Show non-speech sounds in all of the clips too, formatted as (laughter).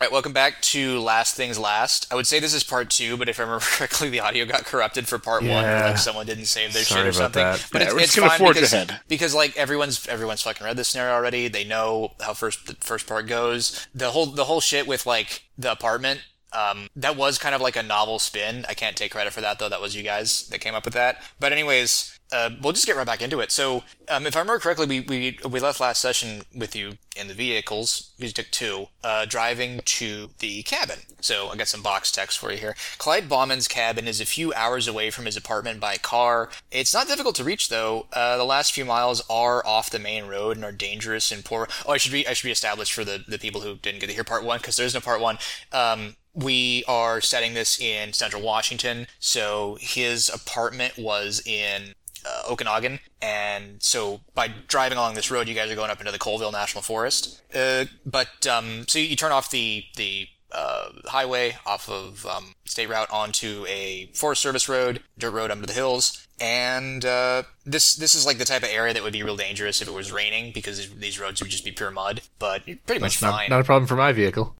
All right, welcome back to Last Things Last. I would say this is part two, but if I remember (laughs) correctly, the audio got corrupted for part one, or Yeah. like someone didn't save their Sorry shit or about something. that. But Yeah, it's, we're just it's gonna fine forge because, ahead. because like everyone's everyone's fucking read this scenario already. They know how first the first part goes. The whole the whole shit with like the apartment. Um, that was kind of like a novel spin. I can't take credit for that though. That was you guys that came up with that. But anyways, uh, we'll just get right back into it. So, um, if I remember correctly, we, we we left last session with you in the vehicles. We took two, uh, driving to the cabin. So I got some box text for you here. Clyde Bauman's cabin is a few hours away from his apartment by car. It's not difficult to reach though. Uh, the last few miles are off the main road and are dangerous and poor. Oh, I should be I should be established for the the people who didn't get to hear part one because there is no part one. Um, we are setting this in central Washington. So his apartment was in uh, Okanagan. And so by driving along this road, you guys are going up into the Colville National Forest. Uh, but um, so you turn off the the uh, highway off of um, State Route onto a Forest Service road, dirt road under the hills. And uh, this this is like the type of area that would be real dangerous if it was raining because these- these roads would just be pure mud. But you're pretty much Not, fine. not a problem for my vehicle.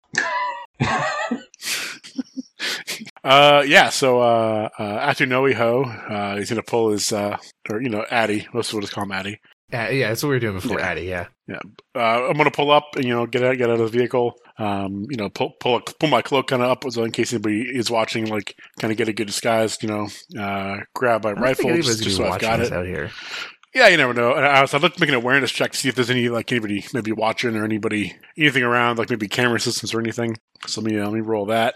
Uh, yeah. So uh, uh, after Noe Ho, uh, he's gonna pull his uh, or you know Addy. Most people just call him Addy. Uh, yeah, that's what we were doing before, Yeah. Addy. Yeah. Uh, I'm gonna pull up and you know get out get out of the vehicle. Um, you know pull pull a, pull my cloak kind of up so in case anybody is watching, like kind of get a good disguise. You know, uh, grab my I don't rifle think anybody's just, just so gonna be I've watching got us it. out here. Yeah, you never know. And I was, I looked making an awareness check to see if there's any like anybody maybe watching or anybody anything around like maybe camera systems or anything. So let me uh, let me roll that.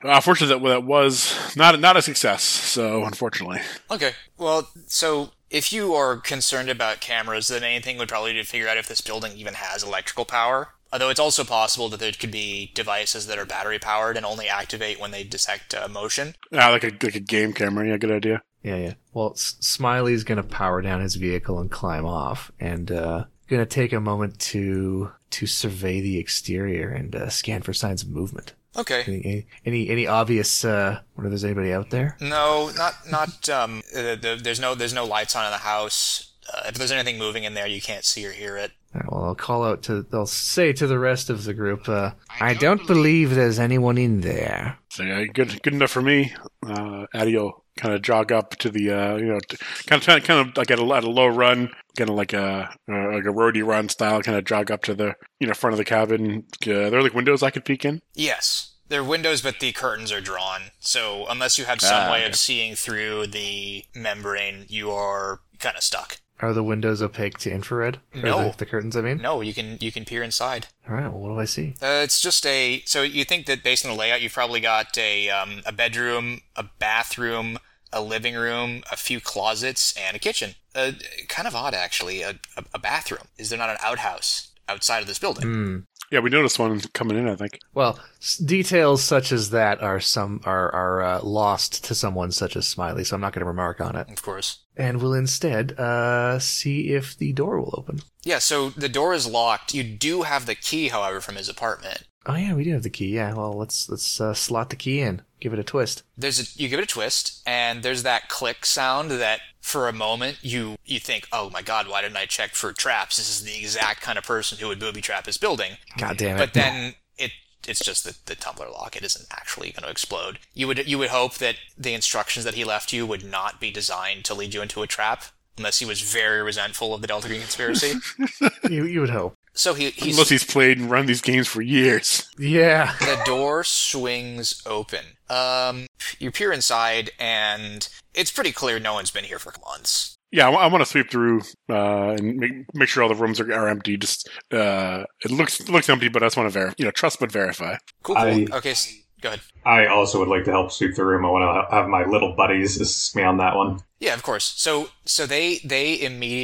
Uh, fortunately, that, that was not not a success. So unfortunately, Okay. Well, so if you are concerned about cameras, then anything would probably be to figure out if this building even has electrical power. Although it's also possible that there could be devices that are battery powered and only activate when they detect uh, motion. uh, like a like a game camera. Yeah, good idea. Yeah, yeah. Well, S- Smiley's gonna power down his vehicle and climb off, and uh, gonna take a moment to to survey the exterior and uh, scan for signs of movement. Okay. Any any any, any obvious? Uh, whether there's anybody out there? No, not not. Um, uh, the, there's no there's no lights on in the house. Uh, if there's anything moving in there, you can't see or hear it. All right, well, I'll call out to. I'll say to the rest of the group. Uh, I don't believe there's anyone in there. So yeah, good good enough for me. Uh, Addy will kind of jog up to the uh, you know kind of trying kind of like at a, at a low run, kind of like a uh, like a roadie run style, kind of jog up to the you know front of the cabin. Uh, there are like windows I could peek in. Yes, there are windows, but the curtains are drawn. So unless you have some Ah, way okay. of seeing through the membrane, you are kind of stuck. Are the windows opaque to infrared? Or No. the, the curtains. I mean. No, you can you can peer inside. All right. Well, what do I see? Uh, it's just a. So you think that based on the layout, you've probably got a um, a bedroom, a bathroom, a living room, a few closets, and a kitchen. Uh, kind of odd, actually. A, a, a bathroom. Is there not an outhouse outside of this building? Hmm. Yeah, we noticed one coming in. I think. Well, s- details such as that are some are are uh, lost to someone such as Smiley, so I'm not going to remark on it. Of course. And we'll instead uh, see if the door will open. Yeah. So the door is locked. You do have the key, however, from his apartment. Oh yeah, we do have the key. Yeah, well let's let's uh, slot the key in, give it a twist. there's a, you give it a twist and there's that click sound that for a moment you you think oh my god why didn't i check for traps this is the exact kind of person who would booby trap his building God damn it! but then it it's just the, the tumbler lock it isn't actually going to explode you would you would hope that the instructions that he left you would not be designed to lead you into a trap unless he was very resentful of the delta green conspiracy (laughs) you you would hope. so he he's, Unless he's played and run these games for years. Yeah. the door swings open. Um, you peer inside, and it's pretty clear no one's been here for months. Yeah, I, want to sweep through uh, and make, make sure all the rooms are, are empty. Just uh, it looks it looks empty, but I just want to verify. You know, trust but verify. Cool. cool. I- okay, s go ahead. I also would like to help sweep the room. I want to have my little buddies assist me on that one. Yeah, of course. So, so they they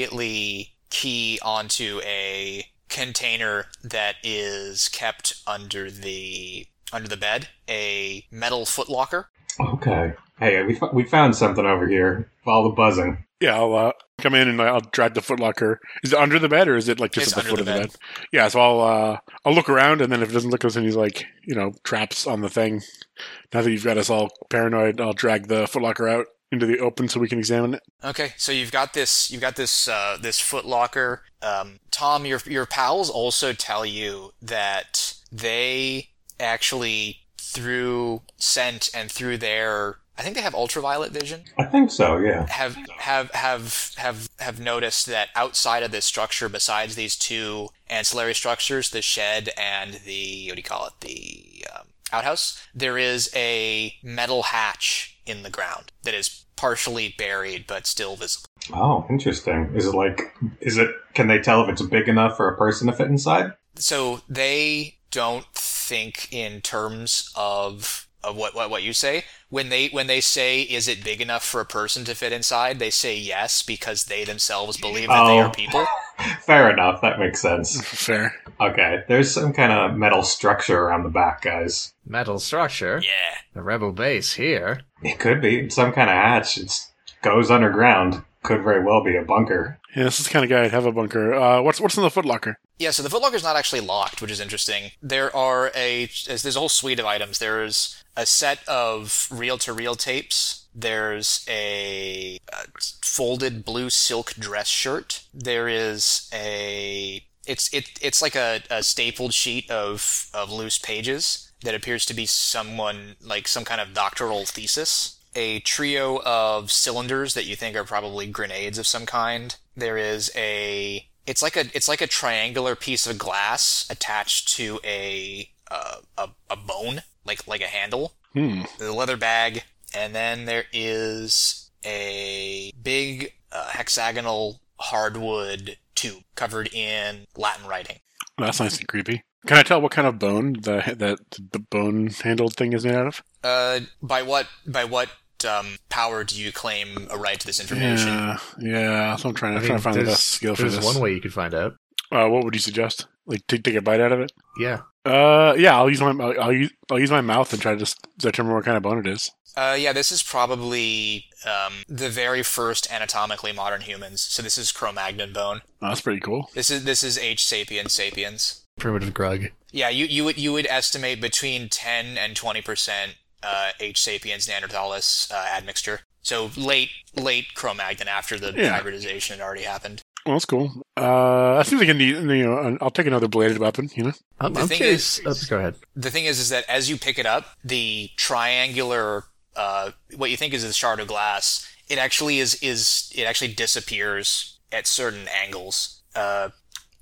immediately key onto a container that is kept under the under the bed, a metal footlocker. Okay. Hey, we, fo- we found something over here. All the buzzing. Yeah, I'll uh, come in and I'll drag the footlocker. Is it under the bed or is it like just It's at the under foot the of the bed. bed? Yeah, so I'll uh, I'll look around and then if it doesn't look as any like you know traps on the thing, now that you've got us all paranoid, I'll drag the footlocker out into the open so we can examine it. (laughs) Okay, so you've got this, you've got this, uh, this footlocker. Um, Tom, your your pals also tell you that they actually through scent and through their I think they have ultraviolet vision I think so. Yeah. have have have have have noticed that outside of this structure, besides these two ancillary structures, the shed and the what do you call it, the um, outhouse, there is a metal hatch in the ground that is partially buried but still visible. Oh, interesting. Is it like? Is it? Can they tell if it's big enough for a person to fit inside? So they don't think in terms of of what, what what you say when they when they say is it big enough for a person to fit inside they say yes because they themselves believe that they Oh. are people Fair enough. That makes sense. Fair. Okay. There's some kind of metal structure around the back, guys. Metal structure. yeah The rebel base here. It could be It's some kind of hatch. It goes underground. Could very well be a bunker. Yeah, this is the kind of guy I'd have a bunker. Uh, what's what's in the footlocker? Yeah, so the Footlocker's not actually locked, which is interesting. There are a there's a whole suite of items. There's a set of reel-to-reel tapes. There's a, uh folded blue silk dress shirt. There is a it's it it's like a, a stapled sheet of of loose pages that appears to be someone like some kind of doctoral thesis. A trio of cylinders that you think are probably grenades of some kind. There is a it's like a it's like a triangular piece of glass attached to a uh, a, a bone like like a handle Hmm. the leather bag, and then there is a big uh, hexagonal hardwood tube covered in Latin writing. That's nice and creepy. Can I tell what kind of bone the that the bone handled thing is made out of? Uh, by what by what um, power do you claim a right to this information? Yeah, yeah. So I'm trying. I I'm mean, trying to find the there's- best skill for There's this. one way you could find out. Uh, what would you suggest? Like take take a bite out of it. Yeah. Uh, yeah. I'll use my I'll, I'll use I'll use my mouth and try to dis- determine what kind of bone it is. Uh, yeah, this is probably um, the very first anatomically modern humans. So this is Cro-Magnon bone. Oh, that's pretty cool. This is this is H. sapiens sapiens. Primitive grug. Yeah, you, you would you would estimate between ten and twenty percent uh, H. sapiens Neanderthalis uh, admixture. So late late Cro-Magnon after the Yeah. hybridization had already happened. Well, that's cool. Uh, that seems like a neat. You know, an- I'll take another bladed weapon. You know. I'm, The I'm thing curious. is- oh, go ahead. The thing is, is that as you pick it up, the triangular uh, what you think is a shard of glass, it actually is is it actually disappears at certain angles. Uh,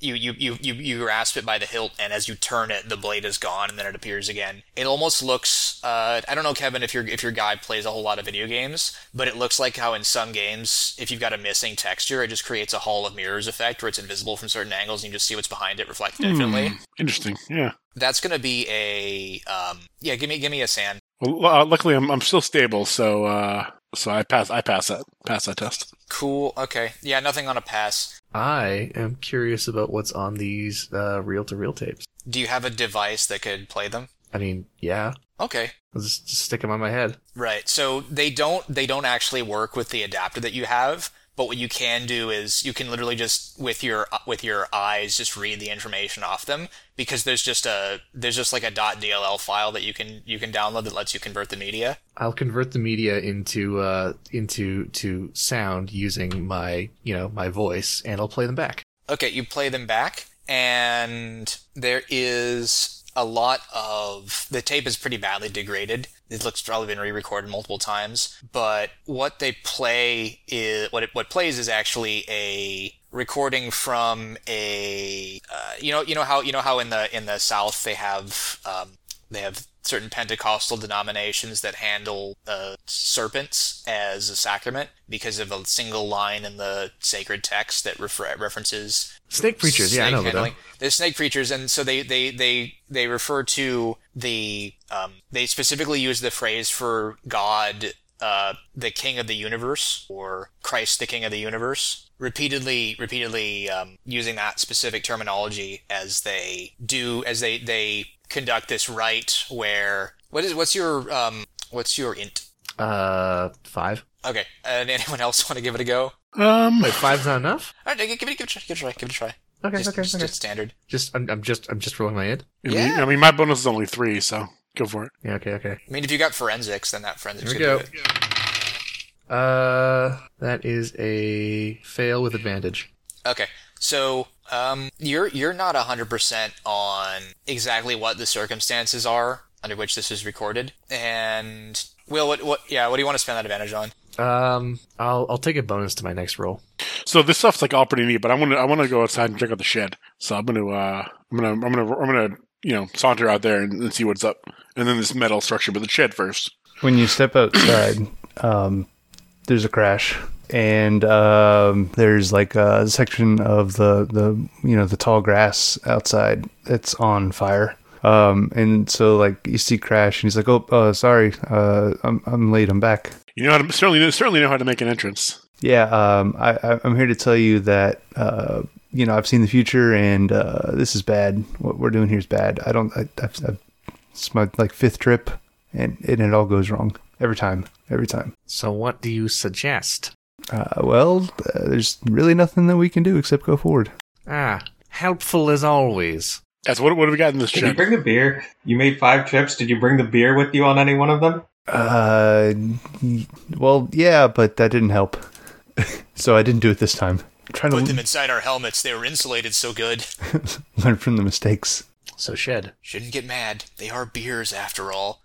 you, you, you, you, you grasp it by the hilt, and as you turn it, the blade is gone, and then it appears again. It almost looks, uh, I don't know, Kevin, if your, if your guy plays a whole lot of video games, but it looks like how in some games, if you've got a missing texture, it just creates a hall of mirrors effect where it's invisible from certain angles, and you just see what's behind it reflected differently. Hmm, interesting. Yeah. That's gonna be a, um, yeah, give me, give me a sand. Well, uh, luckily I'm I'm still stable, so uh, so I pass I pass that pass that test. Cool, okay. Yeah, nothing on a pass. I am curious about what's on these uh, reel-to-reel tapes. Do you have a device that could play them? I mean, yeah. Okay. Let's just, just stick them on my head. Right. So they don't they don't actually work with the adapter that you have, but what you can do is you can literally just with your with your eyes just read the information off them because there's just a there's just like a .dll file that you can you can download that lets you convert the media. I'll convert the media into uh, into to sound using my you know my voice, and I'll play them back. Okay, you play them back, and there is a lot of the tape is pretty badly degraded. It looks probably been re-recorded multiple times, but what they play is what it what plays is actually a recording from a uh, you know you know how you know how in the in the South they have um, they have certain Pentecostal denominations that handle uh, serpents as a sacrament because of a single line in the sacred text that refer- references Snake preachers. yeah, I snake know about them. handling. They're snake preachers, and so they they they they refer to the um, they specifically use the phrase for God, uh, the King of the Universe, or Christ, the King of the Universe. Repeatedly, repeatedly um, using that specific terminology as they do as they they conduct this rite where what is what's your um what's your int Uh, five. okay and anyone else (laughs) want to give it a go all Um, Wait, five's not enough. right give it give it a try give it a try give it a try Okay, just, okay, just, okay. just standard Just I'm, I'm just I'm just rolling my head. I, mean, Yeah. I mean my bonus is only three, so go for it. Yeah, okay, okay. I mean, if you got forensics, then that forensics Here we could do go. it. Uh, that is a fail with advantage. Okay. So um, you're you're not hundred percent on exactly what the circumstances are under which this is recorded. And Will, what what yeah, what do you want to spend that advantage on? Um, I'll I'll take a bonus to my next roll. So this stuff's like all pretty neat, but I want to I want to go outside and check out the shed. So I'm gonna uh, I'm gonna I'm gonna I'm gonna you know saunter out there and, and see what's up, and then this metal structure, but the shed first. When you step outside, (coughs) um, there's a crash, and um, there's like a section of the the you know the tall grass outside that's on fire. Um, and so like you see crash, and he's like, "Oh, uh, sorry, uh, I'm I'm late. I'm back." You know how to certainly certainly know how to make an entrance. Yeah, um, I, I- I'm here to tell you that uh, you know I've seen the future, and uh, this is bad. What we're doing here is bad. I don't. I, I've, I've, it's my like fifth trip, and, and it all goes wrong every time. Every time. So what do you suggest? Uh, well, uh, there's really nothing that we can do except go forward. Ah, helpful as always. That's what what have we got in this Did you shed? bring the beer? You made five trips. Did you bring the beer with you on any one of them? Uh, y- well, yeah, but that didn't help. (laughs) so I didn't do it this time. I'm trying Put to them inside our helmets. They were insulated so good. (laughs) learn from the mistakes. So shed. Shouldn't get mad. They are beers after all.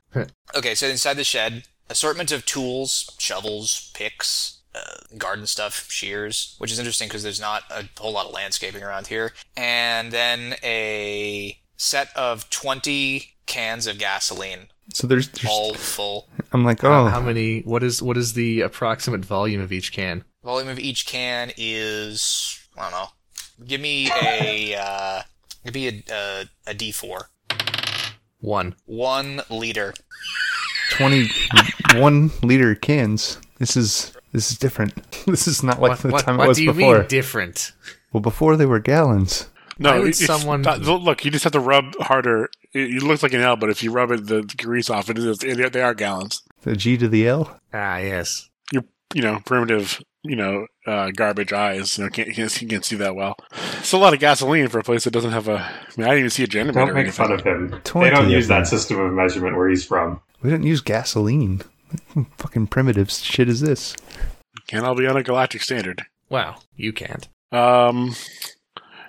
okay, so inside the shed, assortment of tools, shovels, picks, uh, garden stuff, shears, which is interesting because there's not a whole lot of landscaping around here. And then a set of 20 cans of gasoline, So there's, there's all full. I'm like, How- oh, How many? What is what is the approximate volume of each can? Volume of each can is, I don't know. Give me a, uh, give me a, uh, a D4. One. One liter. 21 liter cans. This is this is different. (laughs) This is not like What, the what, time what it was do you before. mean different? well, before they were gallons. No, Why would it's- someone- that- look. You just have to rub harder. It, it looks like an L, but if you rub it, the grease off, it is. They they are gallons. The G to the L. Ah, yes. Your you know primitive you know uh, garbage eyes. You know can't, can't you can't see that well. It's a lot of gasoline for a place that doesn't have a. I mean, I didn't even see a generator. Don't or make anything. fun of him. They 20 don't of use them. that system of measurement where he's from. We didn't use gasoline. What fucking primitive shit is this? Can't all be on a galactic standard. Wow, you can't. Um,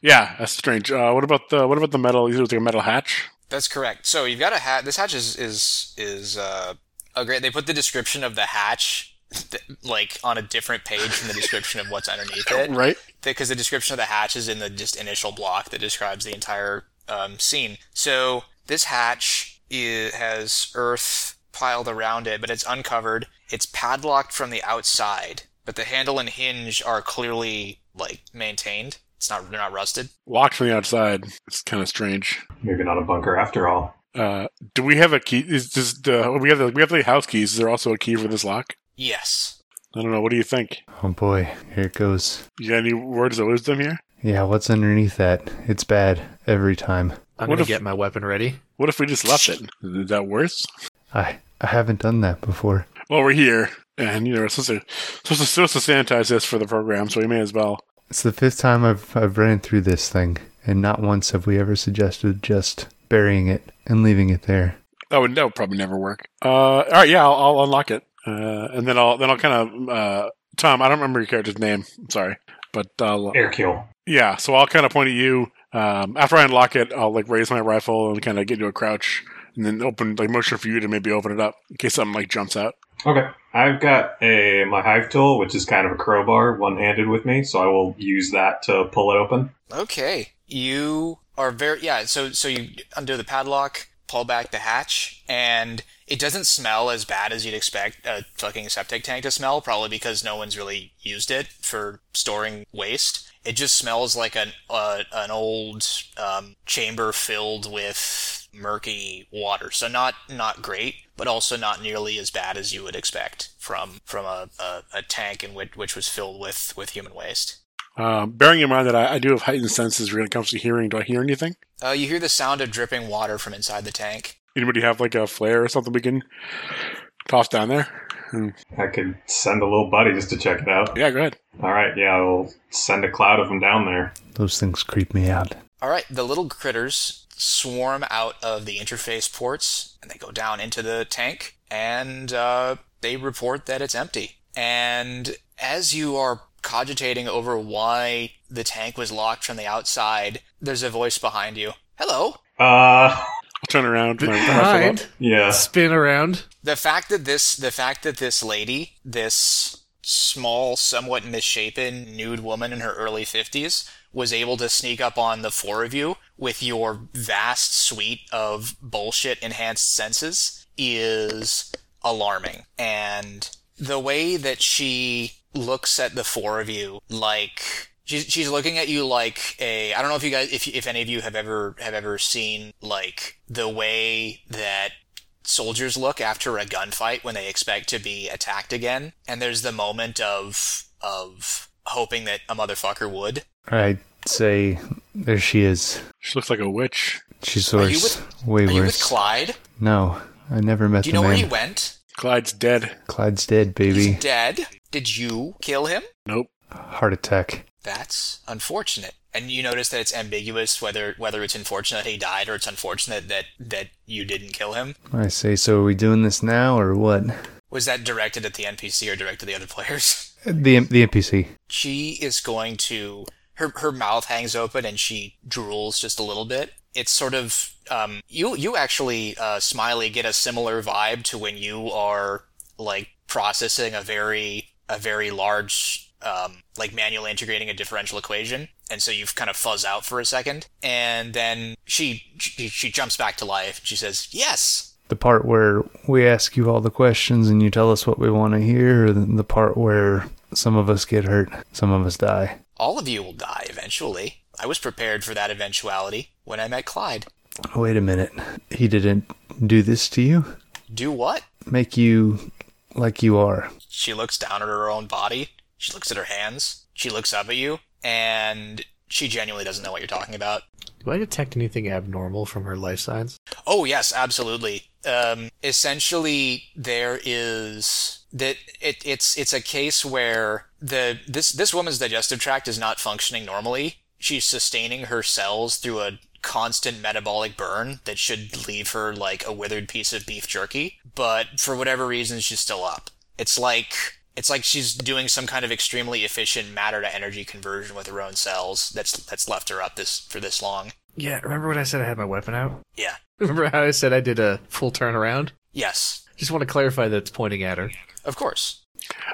yeah, that's strange. Uh, what about the what about the metal? It was like a metal hatch. That's correct. So you've got a hat. This hatch is is is uh, oh great. They put the description of the hatch (laughs) th- like on a different page from the description of what's underneath it, Right. because the description of the hatch is in the just initial block that describes the entire um, scene. So this hatch i has earth piled around it, but it's uncovered. It's padlocked from the outside, but the handle and hinge are clearly like maintained. It's not they're not rusted. Locked from the outside. It's kind of strange. Maybe not a bunker after all. Uh, do we have a key? Is does the we have the we have the house keys? Is there also a key for this lock? Yes. I don't know. What do you think? Oh boy, here it goes. You got any words of wisdom here? Yeah, what's underneath that? It's bad every time. I'm What gonna if- get my weapon ready. What if we just left it? Is that worse? I I haven't done that before. Well, we're here, and you know we're supposed to supposed to, supposed to sanitize this for the program, so we may as well. It's the fifth time I've I've ran through this thing, and not once have we ever suggested just burying it and leaving it there. That would that would probably never work. Uh, all right, yeah, I'll, I'll unlock it, uh, and then I'll then I'll kind of uh, Tom. I don't remember your character's name. I'm sorry, but I'll, Airkill. yeah, so I'll kind of point at you. Um, after I unlock it, I'll like raise my rifle and kind of get into a crouch, and then open like motion for you to maybe open it up in case something like jumps out. Okay. I've got a my hive tool, which is kind of a crowbar, one handed with me, so I will use that to pull it open. Okay. You are very yeah. So so you undo the padlock, pull back the hatch, and it doesn't smell as bad as you'd expect a fucking septic tank to smell. Probably because no one's really used it for storing waste. It just smells like an uh, an old um, chamber filled with murky water. So not not great, but also not nearly as bad as you would expect from from a, a, a tank in which which was filled with with human waste. Um, bearing in mind that I, I do have heightened senses when it comes to hearing. Do I hear anything? Uh, you hear the sound of dripping water from inside the tank. Anybody have like a flare or something we can toss down there? Hmm. I could send a little buddy just to check it out. Yeah, go ahead. All right, yeah, I'll send a cloud of them down there. Those things creep me out. All right, the little critters swarm out of the interface ports and they go down into the tank and uh, they report that it's empty. And as you are cogitating over why the tank was locked from the outside, there's a voice behind you. Hello. Uh, (laughs) I'll turn around. my- my muffler up. Behind, yeah. spin around. The fact that this, the fact that this lady, this small, somewhat misshapen nude woman in her early fifties, was able to sneak up on the four of you with your vast suite of bullshit enhanced senses is alarming. And the way that she looks at the four of you, like she's she's looking at you like a I don't know if you guys if if any of you have ever have ever seen like the way that soldiers look after a gunfight when they expect to be attacked again and there's the moment of of hoping that a motherfucker would I'd say there she is. She looks like a witch. She's Are you worse. Way are you with worse. clyde no, I never met do you the know man. where he went Clyde's dead. Clyde's dead, baby. he's dead did you kill him Nope. Heart attack. That's unfortunate. And you notice that it's ambiguous whether whether it's unfortunate he died or it's unfortunate that that you didn't kill him. I say, so are we doing this now or what? Was that directed at the NPC or directed at the other (laughs) players? The the NPC. She is going to her her mouth hangs open and she drools just a little bit. It's sort of um you you actually uh Smiley get a similar vibe to when you are like processing a very a very large um, like manually integrating a differential equation and so you kind of fuzz out for a second and then she she, she jumps back to life she says yes The part where we ask you all the questions and you tell us what we want to hear, or the- the part where some of us get hurt, some of us die. all of you will die eventually i was prepared for that eventuality when i met clyde Wait a minute. He didn't do this to you? do what Make you like you are. she looks down at her own body she looks at her hands she looks up at you and she genuinely doesn't know what you're talking about Do I detect anything abnormal from her life signs? Oh yes, absolutely. Um, essentially, there is that it, it's it's a case where the this this woman's digestive tract is not functioning normally. She's sustaining her cells through a constant metabolic burn that should leave her like a withered piece of beef jerky, but for whatever reason, she's still up. It's like it's like she's doing some kind of extremely efficient matter to energy conversion with her own cells. That's that's left her up this for this long. Yeah, remember when I said I had my weapon out? Yeah. Remember how I said I did a full turnaround? Yes. Just want to clarify that it's pointing at her. Of course.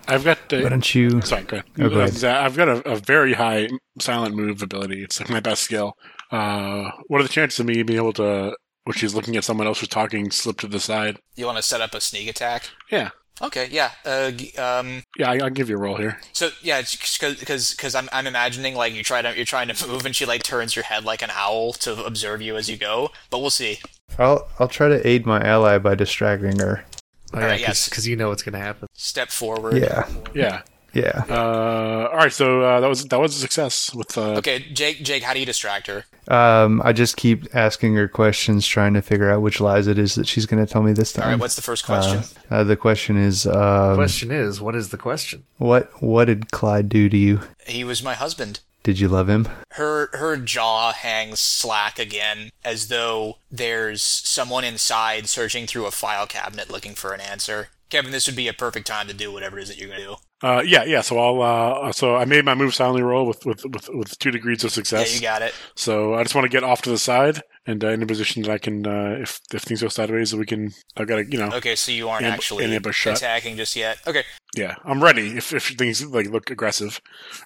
I've got Why the. don't you? Sorry, go ahead. Oh, go ahead. I've got a, a very high silent move ability. It's like my best skill. Uh, what are the chances of me being able to, when she's looking at someone else who's talking, slip to the side? You want to set up a sneak attack? Yeah. Okay, yeah. Uh, g- um, Yeah, I, I'll give you a roll here. so yeah, because because I'm I'm imagining like you try to you're trying to (laughs) move and she like turns your head like an owl to observe you as you go. But we'll see. I'll I'll try to aid my ally by distracting her. Oh, All yeah, right, yes. because you know what's going to happen. Step forward. Yeah, Yeah. yeah. Uh, all right. So uh, that was that was a success with uh, Okay, Jake. Jake, how do you distract her? Um, I just keep asking her questions, trying to figure out which lies it is that she's going to tell me this time. All right. What's the first question? Uh, the question is, um, question is, what is the question? what what did Clyde do to you? he was my husband. Did you love him? Her her jaw hangs slack again, as though there's someone inside searching through a file cabinet looking for an answer. Kevin, this would be a perfect time to do whatever it is that you're gonna do. Uh, yeah, yeah. So I'll uh, so I made my move silently roll with with, with, with two degrees of Yeah, success. you got it. so I just want to get off to the side and uh, in a position that I can, uh, if if things go sideways, that we can. I've got to, you know, Okay, so you aren't Amb- actually an ambush shot. attacking just yet. Okay, yeah, I'm ready. If if things like look aggressive,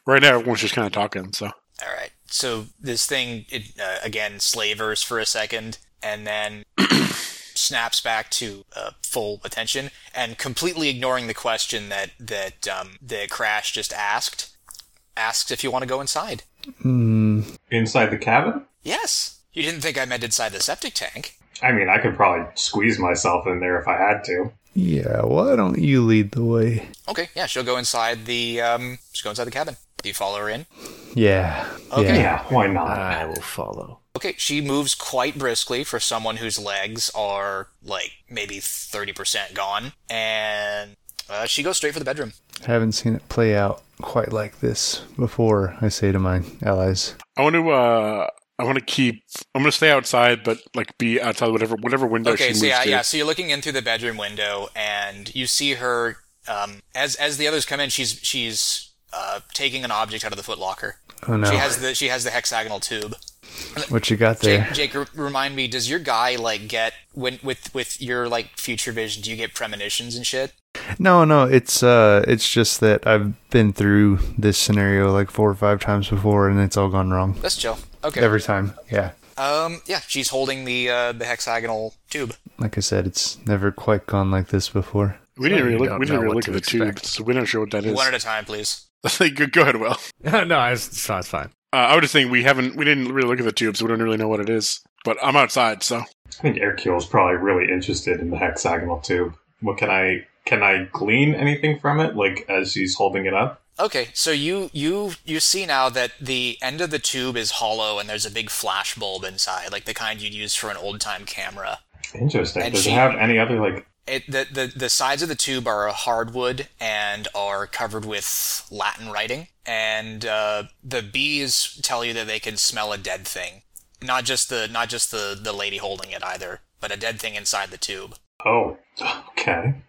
right now everyone's just kind of talking. So all right. So this thing it, uh, again slavers for a second and then (coughs) snaps back to uh, full attention and completely ignoring the question that that um, the crash just asked. Asks if you want to go inside. Mm, Inside the cabin? Yes. You didn't think I meant inside the septic tank. I mean, I could probably squeeze myself in there if I had to. yeah. Why don't you lead the way? Okay, yeah, she'll go inside the um, she'll go inside the cabin. Do you follow her in? Yeah. Okay. Yeah, Yeah. why not? I will follow. (laughs) Okay, she moves quite briskly for someone whose legs are like maybe 30% gone, and uh, she goes straight for the bedroom. Haven't seen it play out quite like this before. I say to my allies, I want to. Uh, I want to keep. I'm going to stay outside, but like be outside whatever whatever window Oh, she okay, moves so yeah, to. yeah, so you're looking in through the bedroom window, and you see her um, as as the others come in. She's she's uh, taking an object out of the footlocker. Oh no, She has the she has the hexagonal tube. what you got there? Jake, Jake, r- remind me, does your guy like get when with with your like future vision? Do you get premonitions and shit? No, no, it's uh, it's just that I've been through this scenario like four or five times before, and it's all gone wrong That's chill. Okay. every time. Yeah, Um. Yeah. She's holding the uh, the hexagonal tube. like I said, it's never quite gone like this before. We didn't So really you look. don't We didn't know really what look at to the tube, expect. so we're not sure what that is. One (laughs) at a time, please. go, go ahead, Will. no, it's, it's not it's fine. Uh, I was just saying we haven't. We didn't really look at the tube, so we don't really know what it is. But I'm outside, so I think Aircule's probably really interested in the hexagonal tube. What can I can I glean anything from it? Like as he's holding it up? Okay. So you you you see now that the end of the tube is hollow and there's a big flash bulb inside, like the kind you'd use for an old time camera. Interesting. And Does she- it have any other like? It, the, the the sides of the tube are hardwood and are covered with Latin writing, and uh, the bees tell you that they can smell a dead thing, not just the not just the the lady holding it either, but a dead thing inside the tube. Oh, (gasps) okay.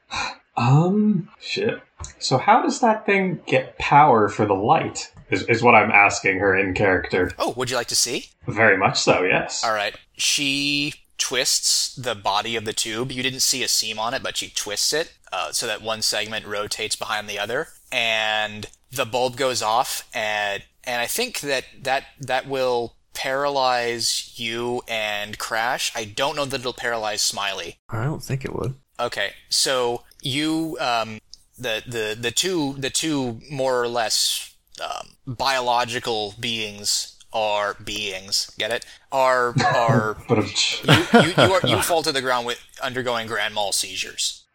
Um, shit. So how does that thing get power for the light? Is is what I'm asking her in character. Oh, would you like to see? Very much so. Yes. All right, she twists the body of the tube. You didn't see a seam on it, but she twists it uh, so that one segment rotates behind the other, and the bulb goes off. and And I think that that that will paralyze you and Crash. I don't know that it'll paralyze Smiley. I don't think it would. Okay, so you um, the the the two the two more or less um, biological beings are beings. Get it? Are are But of- you, you, you, (laughs) are, you fall to the ground with undergoing grand mal seizures.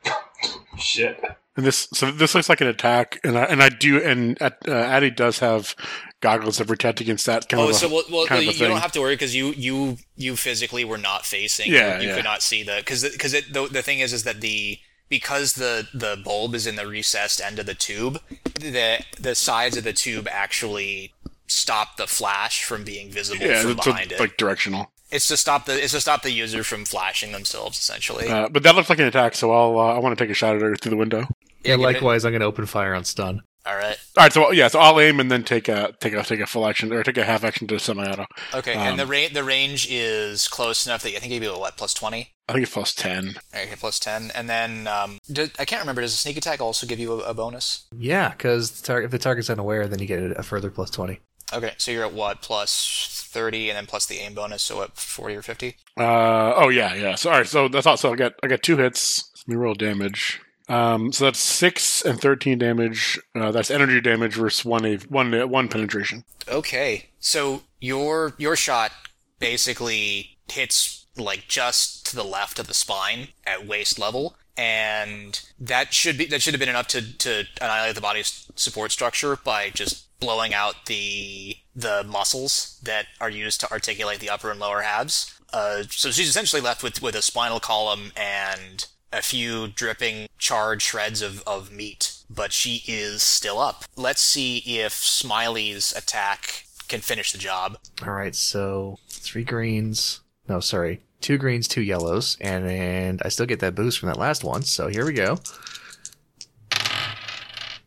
shit. and this so this looks like an attack, and I and I do and uh, Addy does have goggles that protect against that kind Oh, of. a- so well, well, kind of you, a you don't thing. have to worry because you you you physically were not facing. Yeah, you, you yeah. could not see the because because the, the, the thing is is that the because the the bulb is in the recessed end of the tube, the the sides of the tube actually stop the flash from being visible yeah, from it's a- behind it. like directional. it's to stop the it's to stop the user from flashing themselves essentially. Uh, but that looks like an attack, so I'll uh, I want to take a shot at her through the window. All Yeah, give it- likewise, I'm going to open fire on stun. All right. right, so yeah, so I'll aim and then take a take a take a full action or take a half action to semi-auto. Okay. Um, and the range the range is close enough that I think you'd be what plus twenty. I think it's plus ten. Okay, plus 10. And then, um, do, I can't remember, does a sneak attack also give you a, a bonus? Yeah, because the tar- if the target's unaware, then you get a further plus 20. Okay, so you're at what? Plus 30 and then plus the aim bonus, so what, 40 or 50? Uh oh yeah yeah. So all right, so that's also I got I got two hits. Let me roll damage. Um, so that's six and thirteen damage. Uh, that's energy damage versus one a one one penetration. Okay, so your your shot basically hits, like, just to the left of the spine at waist level. And that should be that should have been enough to, to annihilate the body's support structure by just blowing out the the muscles that are used to articulate the upper and lower halves. Uh, so she's essentially left with, with a spinal column and a few dripping charred shreds of, of meat, but she is still up. Let's see if Smiley's attack can finish the job. All right, so three greens. No, sorry. Two greens, two yellows, and, and I still get that boost from that last one, so here we go.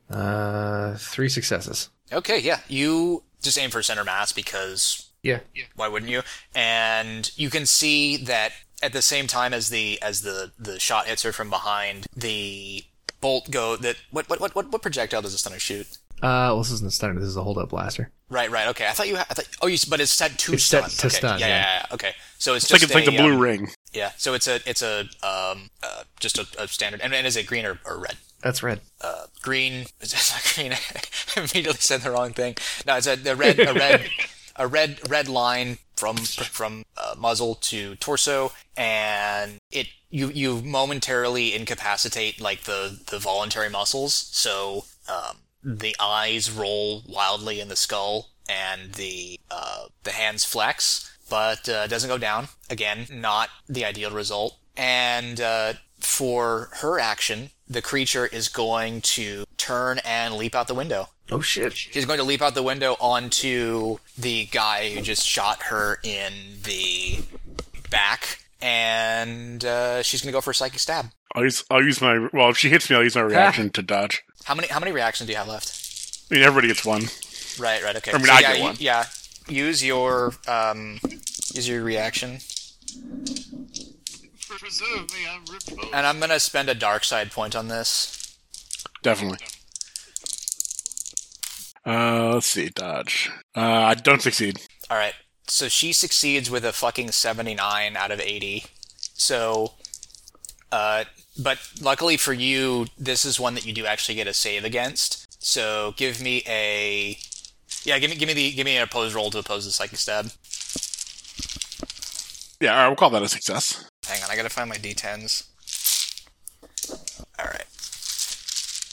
Uh, three successes. Okay, yeah, you just aim for center mass because Yeah. why wouldn't you? And you can see that at the same time as the as the the shot hits her from behind, the bolt go that what what what what, what projectile does this thunder shoot? Uh, well, this isn't a stunner. This is a hold up blaster. Right, right. Okay, I thought you. Ha- I thought. Oh, you. s- But it's set to It's stun. set to okay. stun, Yeah, yeah. yeah, yeah. Okay. So it's, It's like just it's like a, the blue um, ring. Yeah. So it's a it's a um uh just a, a standard. And, and is it green or, or red? That's red. Uh, green. (laughs) Is that not green? I immediately said the wrong thing. No, it's a, a red a red a red red line from from uh, muzzle to torso, and it you you momentarily incapacitate like the the voluntary muscles. So um, the eyes roll wildly in the skull, and the uh, the hands flex, but uh, doesn't go down. Again, not the ideal result. And uh, for her action, the creature is going to turn and leap out the window. Oh shit! She's going to leap out the window onto the guy who just shot her in the back, and uh, she's going to go for a psychic stab. (laughs) I'll use I'll use my well if she hits me I'll use my reaction to dodge. How many how many reactions do you have left? I mean, everybody gets one. Right, right, okay. I mean, So I yeah, get you- one. yeah, use your um, use your reaction, Preserve me, I'm Riplow. and I'm gonna spend a dark side point on this. Definitely. Uh, let's see, dodge. Uh, I don't succeed. All right. So she succeeds with a fucking 79 out of 80. So, uh, but luckily for you, this is one that you do actually get a save against. So give me a, yeah, give me give me the give me an opposed roll to oppose the psychic stab. Yeah, all right, we'll call that a success. Hang on, I gotta find my d10s. All right.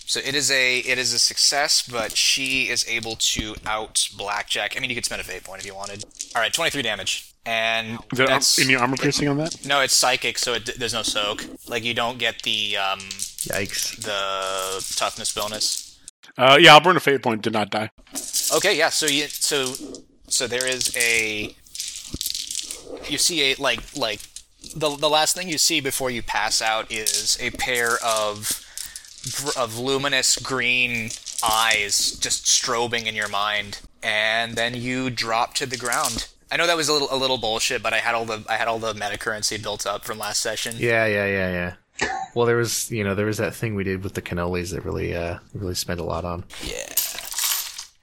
So it is a it is a success, but she is able to out blackjack. I mean, you could spend a fate point if you wanted. All right, 23 damage, and Is there ar- that's, any armor piercing on that? no, it's psychic, so it, there's no soak. Like you don't get the um Yikes. the toughness bonus. Uh, yeah, I'll burn a fate point. Did not die. Okay, yeah. So you so so there is a you see a like like the the last thing you see before you pass out is a pair of gr- of luminous green eyes just strobing in your mind, and then you drop to the ground. I know that was a little a little bullshit, but I had all the I had all the meta currency built up from last session. Yeah, yeah, yeah, yeah. Well, there was, you know, there was that thing we did with the cannolis that really, uh, really spent a lot on.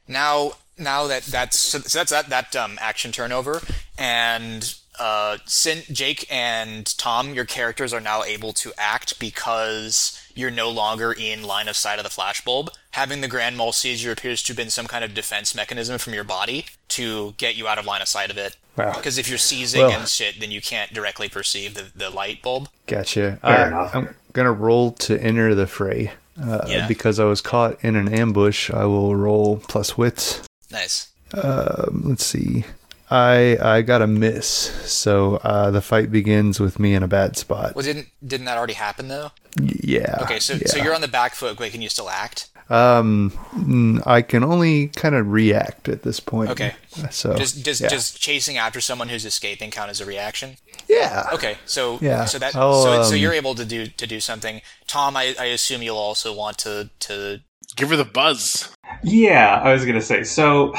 now now that that's so that's that that um, action turnover and uh Sin, Jake and Tom your characters are now able to act because you're no longer in line of sight of the flashbulb having the grand mal seizure appears to have been some kind of defense mechanism from your body to get you out of line of sight of it Wow. because if you're seizing Well. and shit then you can't directly perceive the, the light bulb Gotcha. Fair I, enough. I'm gonna roll to enter the fray. Uh, Yeah. Because I was caught in an ambush, I will roll plus wits. nice Um, let's see. I I got a miss, so uh, the fight begins with me in a bad spot. well didn't didn't that already happen though Y- Yeah. okay so yeah. so you're on the back foot but can you still act Um, mm, I can only kind of react at this point. Okay. So Does does yeah. does chasing after someone who's escaping count as a reaction? yeah. Okay, so Yeah. so that I'll, so, so um, you're able to do to do something. Tom, I, I assume you'll also want to to Give her the buzz. Yeah, I was gonna say. So,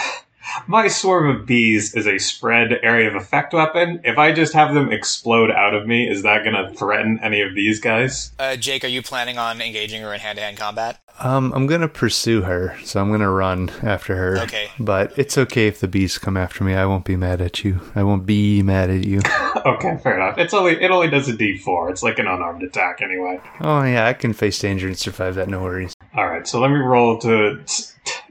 my swarm of bees is a spread area of effect weapon. If I just have them explode out of me, is that gonna threaten any of these guys? uh, Jake. Are you planning on engaging her in hand to hand combat? Um, I'm gonna pursue her, so I'm gonna run after her. Okay. But it's okay if the bees come after me. I won't be mad at you. I won't be mad at (laughs) you. Okay, fair enough. It's only it only does a D four. It's like an unarmed attack anyway. oh yeah, I can face danger and survive that. No worries. All right, so let me roll to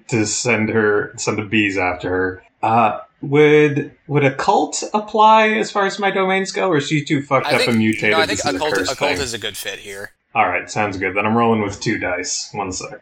to send her send the bees after her. Uh, would would occult apply as far as my domains go, or is she too fucked I up think and mutated? no, I think this is a occult cursed occult thing? is a good fit here. All right, sounds good. Then I'm rolling with two dice. One sec.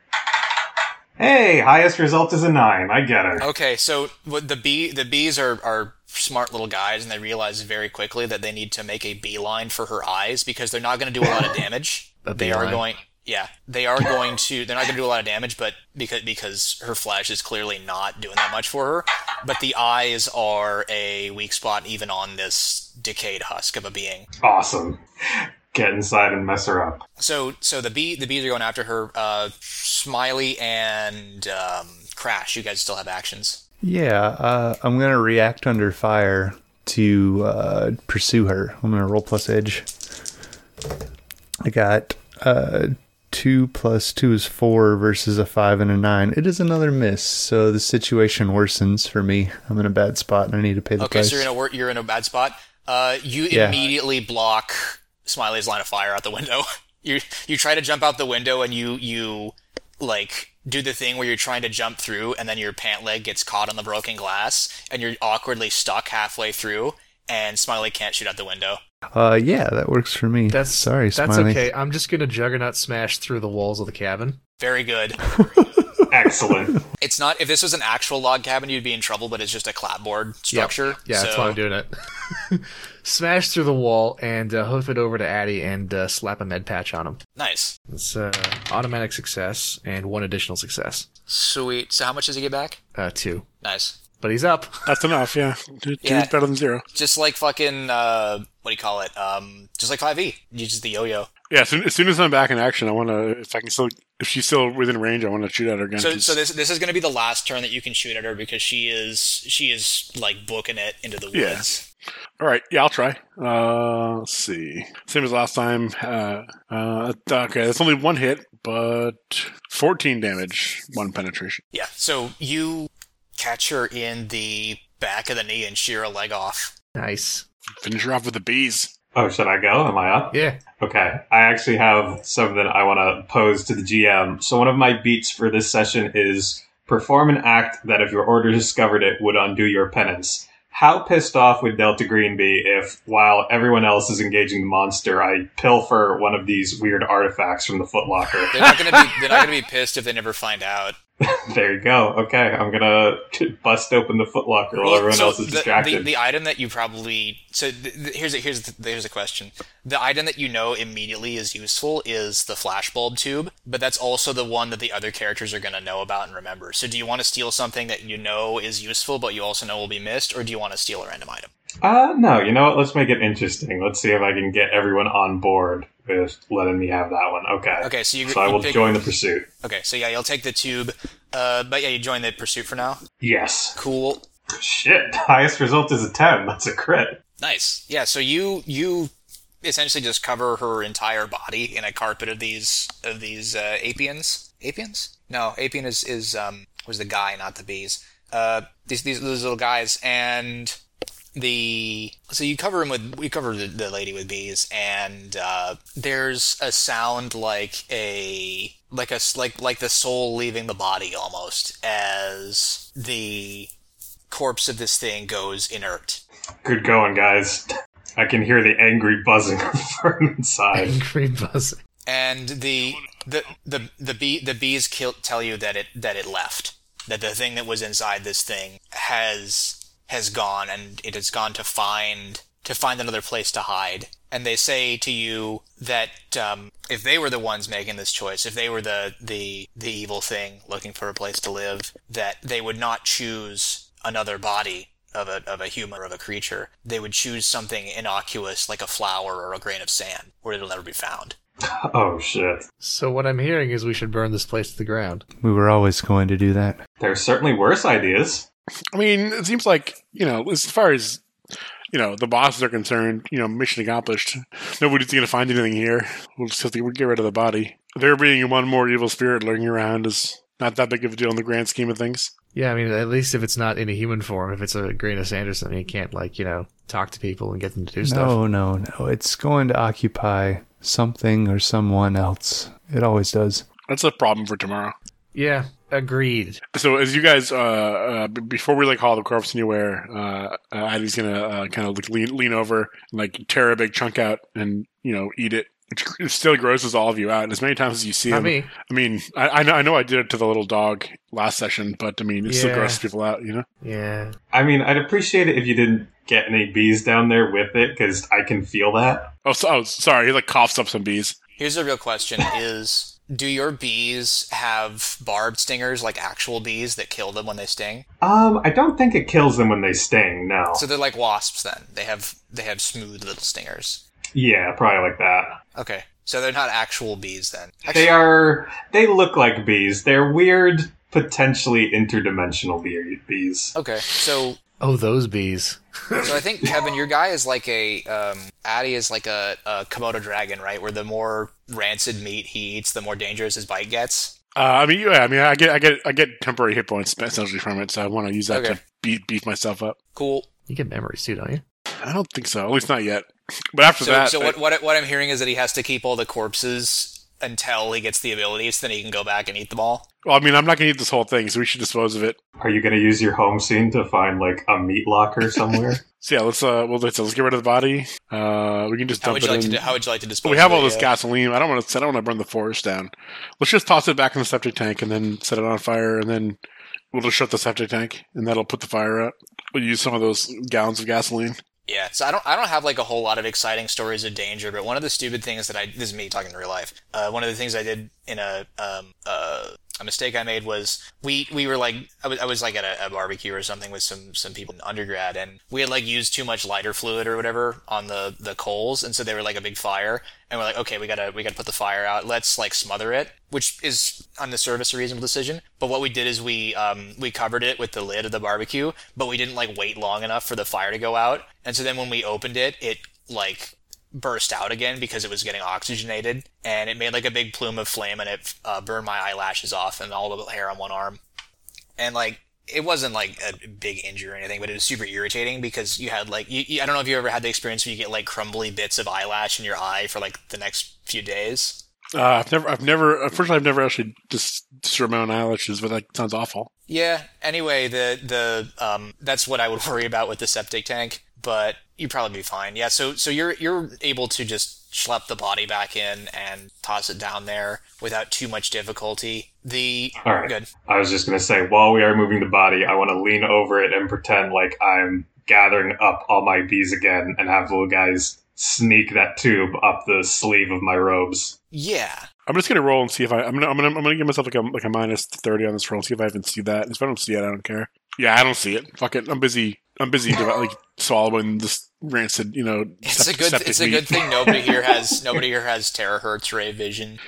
Hey, highest result is a nine. I get her. Okay, so what the bee the bees are are smart little guys, and they realize very quickly that they need to make a beeline for her eyes because they're not going to do a lot of damage. (laughs) A they are beeline. going. Yeah, they are going to. They're not going to do a lot of damage, but because because her flash is clearly not doing that much for her. But the eyes are a weak spot even on this decayed husk of a being. Awesome. Get inside and mess her up. So so the bee the bees are going after her. Uh, Smiley and um, Crash, you guys still have actions. Yeah, uh, I'm gonna react under fire to uh, pursue her. I'm gonna roll plus edge. I got uh, two plus two is four versus a five and a nine. It is another miss, so the situation worsens for me. I'm in a bad spot and I need to pay the Okay, price. so you're in a wor- you're in a bad spot. Uh, you Yeah. immediately block Smiley's line of fire out the window. (laughs) you you try to jump out the window and you you like do the thing where you're trying to jump through and then your pant leg gets caught on the broken glass and you're awkwardly stuck halfway through and Smiley can't shoot out the window. Uh, yeah, that works for me. That's sorry, That's Smiley. okay. I'm just gonna juggernaut smash through the walls of the cabin. Very good. Excellent. It's not if this was an actual log cabin you'd be in trouble, but it's just a clapboard structure. Yeah, so, that's why I'm doing it. (laughs) smash through the wall and uh, hoof it over to Addy and uh, slap a med patch on him. Nice. It's uh, automatic success and one additional success. Sweet. So how much does he get back? Uh, two. Nice. But he's up. That's enough. Yeah, two Yeah. is better than zero. just like fucking uh, what do E. you call it? Um, just like 5e, you just the yo-yo. Yeah, as soon, as soon as I'm back in action, I want to. If I can still, if she's still within range, I want to shoot at her gun. So, 'cause- so this this is going to be the last turn that you can shoot at her because she is she is like booking it into the Yeah. woods. all right, yeah, I'll try. Uh, let's see. Same as last time. Uh, uh, okay, that's only one hit, but 14 damage, one penetration. Yeah. So you catch her in the back of the knee and shear a leg off. Nice. Finish her off with the bees. Oh, should I go? Am I up? Yeah. Okay, I actually have something I want to pose to the GM. So one of my beats for this session is perform an act that if your order discovered it would undo your penance. How pissed off would Delta Green be if, while everyone else is engaging the monster, I pilfer one of these weird artifacts from the Footlocker? They're not going to be they're not going to be pissed if they never find out. there you go. Okay, I'm gonna (laughs) bust open the Footlocker while Well, everyone so else is the- distracted. The, the, item that you probably so th- th- here's a, here's the, here's a question. The item that you know immediately is useful is the flashbulb tube, but that's also the one that the other characters are going to know about and remember. So do you want to steal something that you know is useful but you also know will be missed, or do you want to steal a random item? Uh, no, you know what? Let's make it interesting. Let's see if I can get everyone on board with letting me have that one. Okay. Okay, so you, So I you will pick- join the pursuit. Okay, so yeah, you'll take the tube, uh, but yeah, you join the pursuit for now. Yes. Cool. Shit. (laughs) Highest result is a 10. That's a crit. Nice. Yeah, so you you essentially just cover her entire body in a carpet of these of these uh, apians. Apians? No, apian is is um was the guy, not the bees. Uh, these these those little guys and the so you cover him with we cover the, the lady with bees and uh, there's a sound like a like a s- like like the soul leaving the body almost as the corpse of this thing goes inert Good going, guys. (laughs) I can hear the angry buzzing (laughs) of Fern (laughs) (laughs) inside. Angry buzzing. and the the the the bee the bees kill, tell you that it that it left that the thing that was inside this thing has has gone and it has gone to find to find another place to hide and they say to you that um, if they were the ones making this choice if they were the the the evil thing looking for a place to live that they would not choose another body of a, of a human or of a creature they would choose something innocuous like a flower or a grain of sand where it'll never be found Oh, shit. So what I'm hearing is we should burn this place to the ground. We were always going to do that. There's certainly worse ideas. I mean, it seems like you know, as far as you know, the bosses are concerned. You know, mission accomplished. Nobody's going to find anything here. We'll just have to we'll get rid of the body. There being one more evil spirit lurking around is not that big of a deal in the grand scheme of things. Yeah, I mean, at least if it's not in a human form, if it's a grain of sand or something, you can't like you know talk to people and get them to do stuff. No, no, no. It's going to occupy something or someone else. It always does. That's a problem for tomorrow. Yeah, agreed. So, as you guys, uh, uh, b- before we like haul the corpse anywhere, uh, uh, Addy's gonna uh, kind of like lean, lean over, and, like tear a big chunk out, and you know, eat it. It still grosses all of you out. As many times as you see Not him, me. I mean, I, I know I know I did it to the little dog last session, but I mean, it still Yeah. grosses people out, you know. Yeah. I mean, I'd appreciate it if you didn't get any bees down there with it, because I can feel that. Oh, so, oh, sorry, he like coughs up some bees. Here's the real question is do your bees have barbed stingers like actual bees that kill them when they sting? Um, I don't think it kills them when they sting, no. So they're like wasps then. They have they have smooth little stingers. Yeah, probably like that. Okay. So they're not actual bees then. Actually, They are. They look like bees. They're weird, potentially interdimensional bee- bees. Okay. So Oh, those bees. so I think Kevin, your guy is like a um Addy is like a, a Komodo dragon, right? Where the more rancid meat he eats, the more dangerous his bite gets. Uh, I mean, yeah, I mean, I get, I get, I get temporary hit points essentially from it, so I want to use that Okay. to beat, beef myself up. Cool. You get memories too, don't you? I don't think so, at least not yet. But after So, that, so what, what what I'm hearing is that he has to keep all the corpses until he gets the abilities, then he can go back and eat them all. well, I mean, I'm not gonna eat this whole thing, so we should dispose of it. Are you going to use your home scene to find like a meat locker (laughs) somewhere? So yeah, let's, uh, well, let's, let's get rid of the body. Uh, we can just How dump would it you like to in. do, how would you like to dispose? we have of all the, this uh, gasoline. I don't want to. I don't want to burn the forest down. Let's just toss it back in the septic tank and then set it on fire, and then we'll just shut the septic tank, and that'll put the fire out. We'll use some of those gallons of gasoline. Yeah, so I don't I don't have like a whole lot of exciting stories of danger, but one of the stupid things that I this is me talking in real life. Uh, one of the things I did in a um uh a mistake I made was we we were like I was, I was like at a, a barbecue or something with some some people in undergrad and we had like used too much lighter fluid or whatever on the the coals and so they were like a big fire and we're like okay we gotta we gotta put the fire out let's like smother it which is on the surface a reasonable decision but what we did is we um we covered it with the lid of the barbecue but we didn't like wait long enough for the fire to go out and so then when we opened it it like burst out again because it was getting oxygenated, and it made like a big plume of flame, and it uh, burned my eyelashes off and all the hair on one arm. And like, it wasn't like a big injury or anything, but it was super irritating because you had like, you, you- I don't know if you ever had the experience where you get like crumbly bits of eyelash in your eye for like the next few days. Uh, I've never, I've never, unfortunately, I've never actually just destroyed my own eyelashes, but that sounds awful. Yeah. Anyway, the the um that's what I would (laughs) worry about with the septic tank, but you'd probably be fine. Yeah. So so you're you're able to just schlep the body back in and toss it down there without too much difficulty. The All right. good. I was just gonna say, while we are moving the body, I want to lean over it and pretend like I'm gathering up all my bees again, and have the little guys sneak that tube up the sleeve of my robes. Yeah. I'm just gonna roll and see if I, I'm gonna, I'm gonna, I'm gonna give myself like a like a minus thirty on this roll and see if I even see that. If I don't see it, I don't care. Yeah, I don't see it. Fuck it. I'm busy. I'm busy (laughs) devi- like swallowing this rancid, you know. It's sept- a good septic it's a meat. good thing nobody (laughs) here has nobody here has terahertz ray vision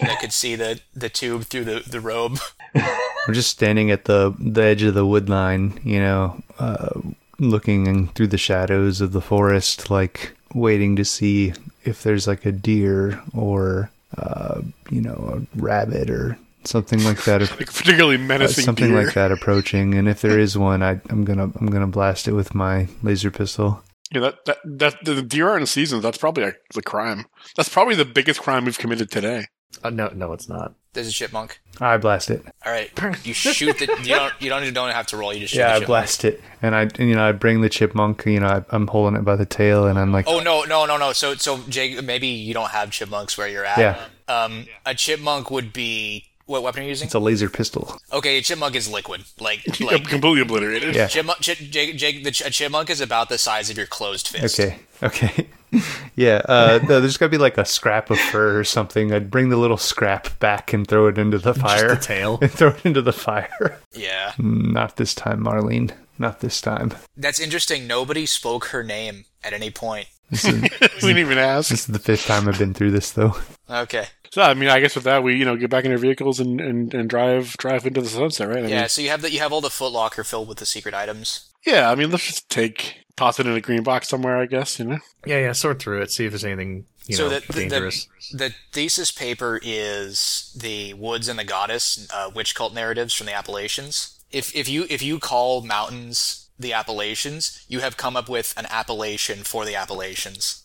that could see the the tube through the the robe. I'm just standing at the the edge of the wood line, you know, uh, looking in through the shadows of the forest, like waiting to see if there's like a deer or uh, you know a rabbit or something like (laughs) that. Like, (laughs) particularly uh, menacing something deer. like that approaching, and if there is one, I, I'm gonna I'm gonna blast it with my laser pistol. Yeah, that that, that the deer are in season. That's probably a, the crime. That's probably the biggest crime we've committed today. Uh, no, no, it's not. There's a chipmunk. I blast it. All right. You shoot the you don't you don't you don't have to roll. You just shoot Yeah, the I chipmunk. blast it, and I and, you know I bring the chipmunk. You know I, I'm holding it by the tail, and I'm like, Oh no, no, no, no. So so Jake, maybe you don't have chipmunks where you're at. Yeah. Um, a chipmunk would be what weapon are you using? it's a laser pistol. okay, a chipmunk is liquid. (laughs) Like I'm like completely obliterated. Yeah. chipmunk. Chi- Jake, Jake, the ch- a chipmunk is about the size of your closed fist. Okay. Okay. (laughs) yeah. Uh, no, there's got to be like a scrap of fur or something. I'd bring the little scrap back and throw it into the fire. the tail? (laughs) And throw it into the fire. (laughs) Yeah. Not this time, Marlene. Not this time. That's interesting. Nobody spoke her name at any point. (laughs) we didn't even ask. This is the fifth time I've been through this, though. Okay. So I mean, I guess with that, we you know get back in our vehicles and and, and drive drive into the sunset, right? I Yeah. Mean, So you have that. You have all the footlocker filled with the secret items. yeah. I mean, let's just take toss it in a green box somewhere. I guess you know. (laughs) Yeah, yeah. Sort through it. See if there's anything you know the, the- dangerous. The, the thesis paper is the woods and the goddess uh, witch cult narratives from the Appalachians. If if you if you call mountains the Appalachians, you have come up with an appellation for the Appalachians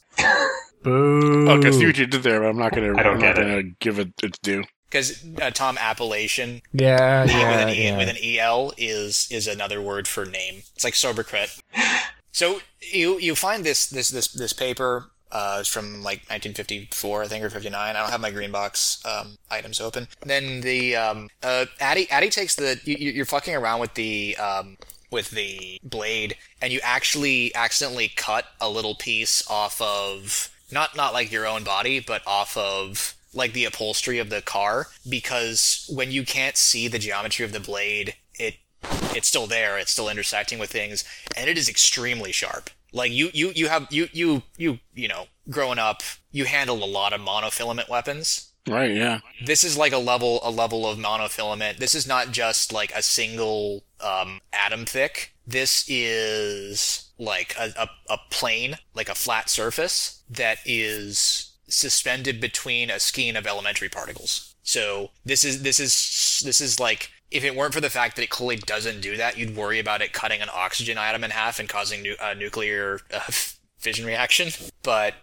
Boo. Okay, I see what you did there, but I'm not gonna. I don't am get not it. gonna give it its due. because uh, Tom Appellation (laughs) yeah, with, yeah, an e, yeah. with an el is is another word for name. It's like sobriquet. so you you find this this this this paper. Uh, it's from like 1954, I think, or 59. I don't have my green box um, items open. Then the um, uh, Addy Addy takes the you, you- you're fucking around with the um, with the blade, and you actually accidentally cut a little piece off of not not like your own body, but off of like the upholstery of the car because when you can't see the geometry of the blade, it it's still there, it's still intersecting with things, and it is extremely sharp. Like you you you have you you you you know, growing up, you handled a lot of monofilament weapons. Right? Yeah. This is like a level a level of monofilament. This is not just like a single um, atom thick. This is like a, a, a plane, like a flat surface that is suspended between a skein of elementary particles. So this is this is this is like if it weren't for the fact that it clearly doesn't do that, you'd worry about it cutting an oxygen atom in half and causing nu- a nuclear uh, fission reaction. But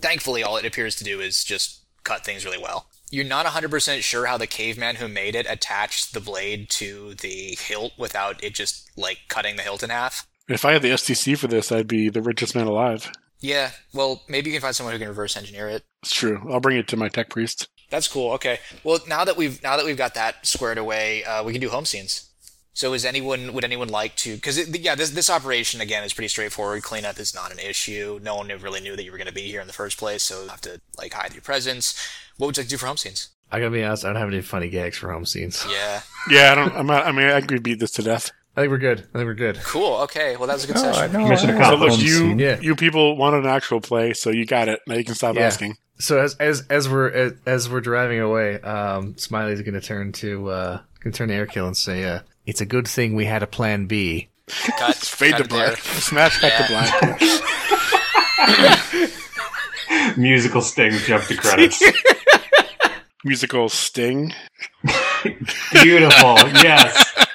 thankfully, all it appears to do is just cut things really well. You're not 100% sure how the caveman who made it attached the blade to the hilt without it just, like, cutting the hilt in half. If I had the STC for this, I'd be the richest man alive. Yeah, well, maybe you can find someone who can reverse engineer it. It's true. I'll bring it to my tech priest. That's cool. Okay. Well, now that we've now that we've got that squared away, uh, we can do home scenes. So, is anyone would anyone like to? Because yeah, this this operation again is pretty straightforward. Cleanup is not an issue. No one really knew that you were going to be here in the first place, so you have to like hide your presence. What would you like to do for home scenes? I gotta be honest, I don't have any funny gags for home scenes. Yeah. Yeah, I don't. I'm not, I mean, I could beat this to death. I think we're good. I think we're good. Cool. Okay. Well, that was a good Oh, I session. know. Mission I So have look, one you scene. Yeah. you people wanted an actual play, so you got it. Now you can stop Yeah. asking. So as as as we're as, as we're driving away, um, Smiley's gonna turn to uh, gonna turn to Airkill and say, uh, "It's a good thing we had a plan B." Cut. Fade Cut to it black. there. Smash back to black. Musical sting, jump (laughs) to credits. Musical sting. Beautiful. Yes.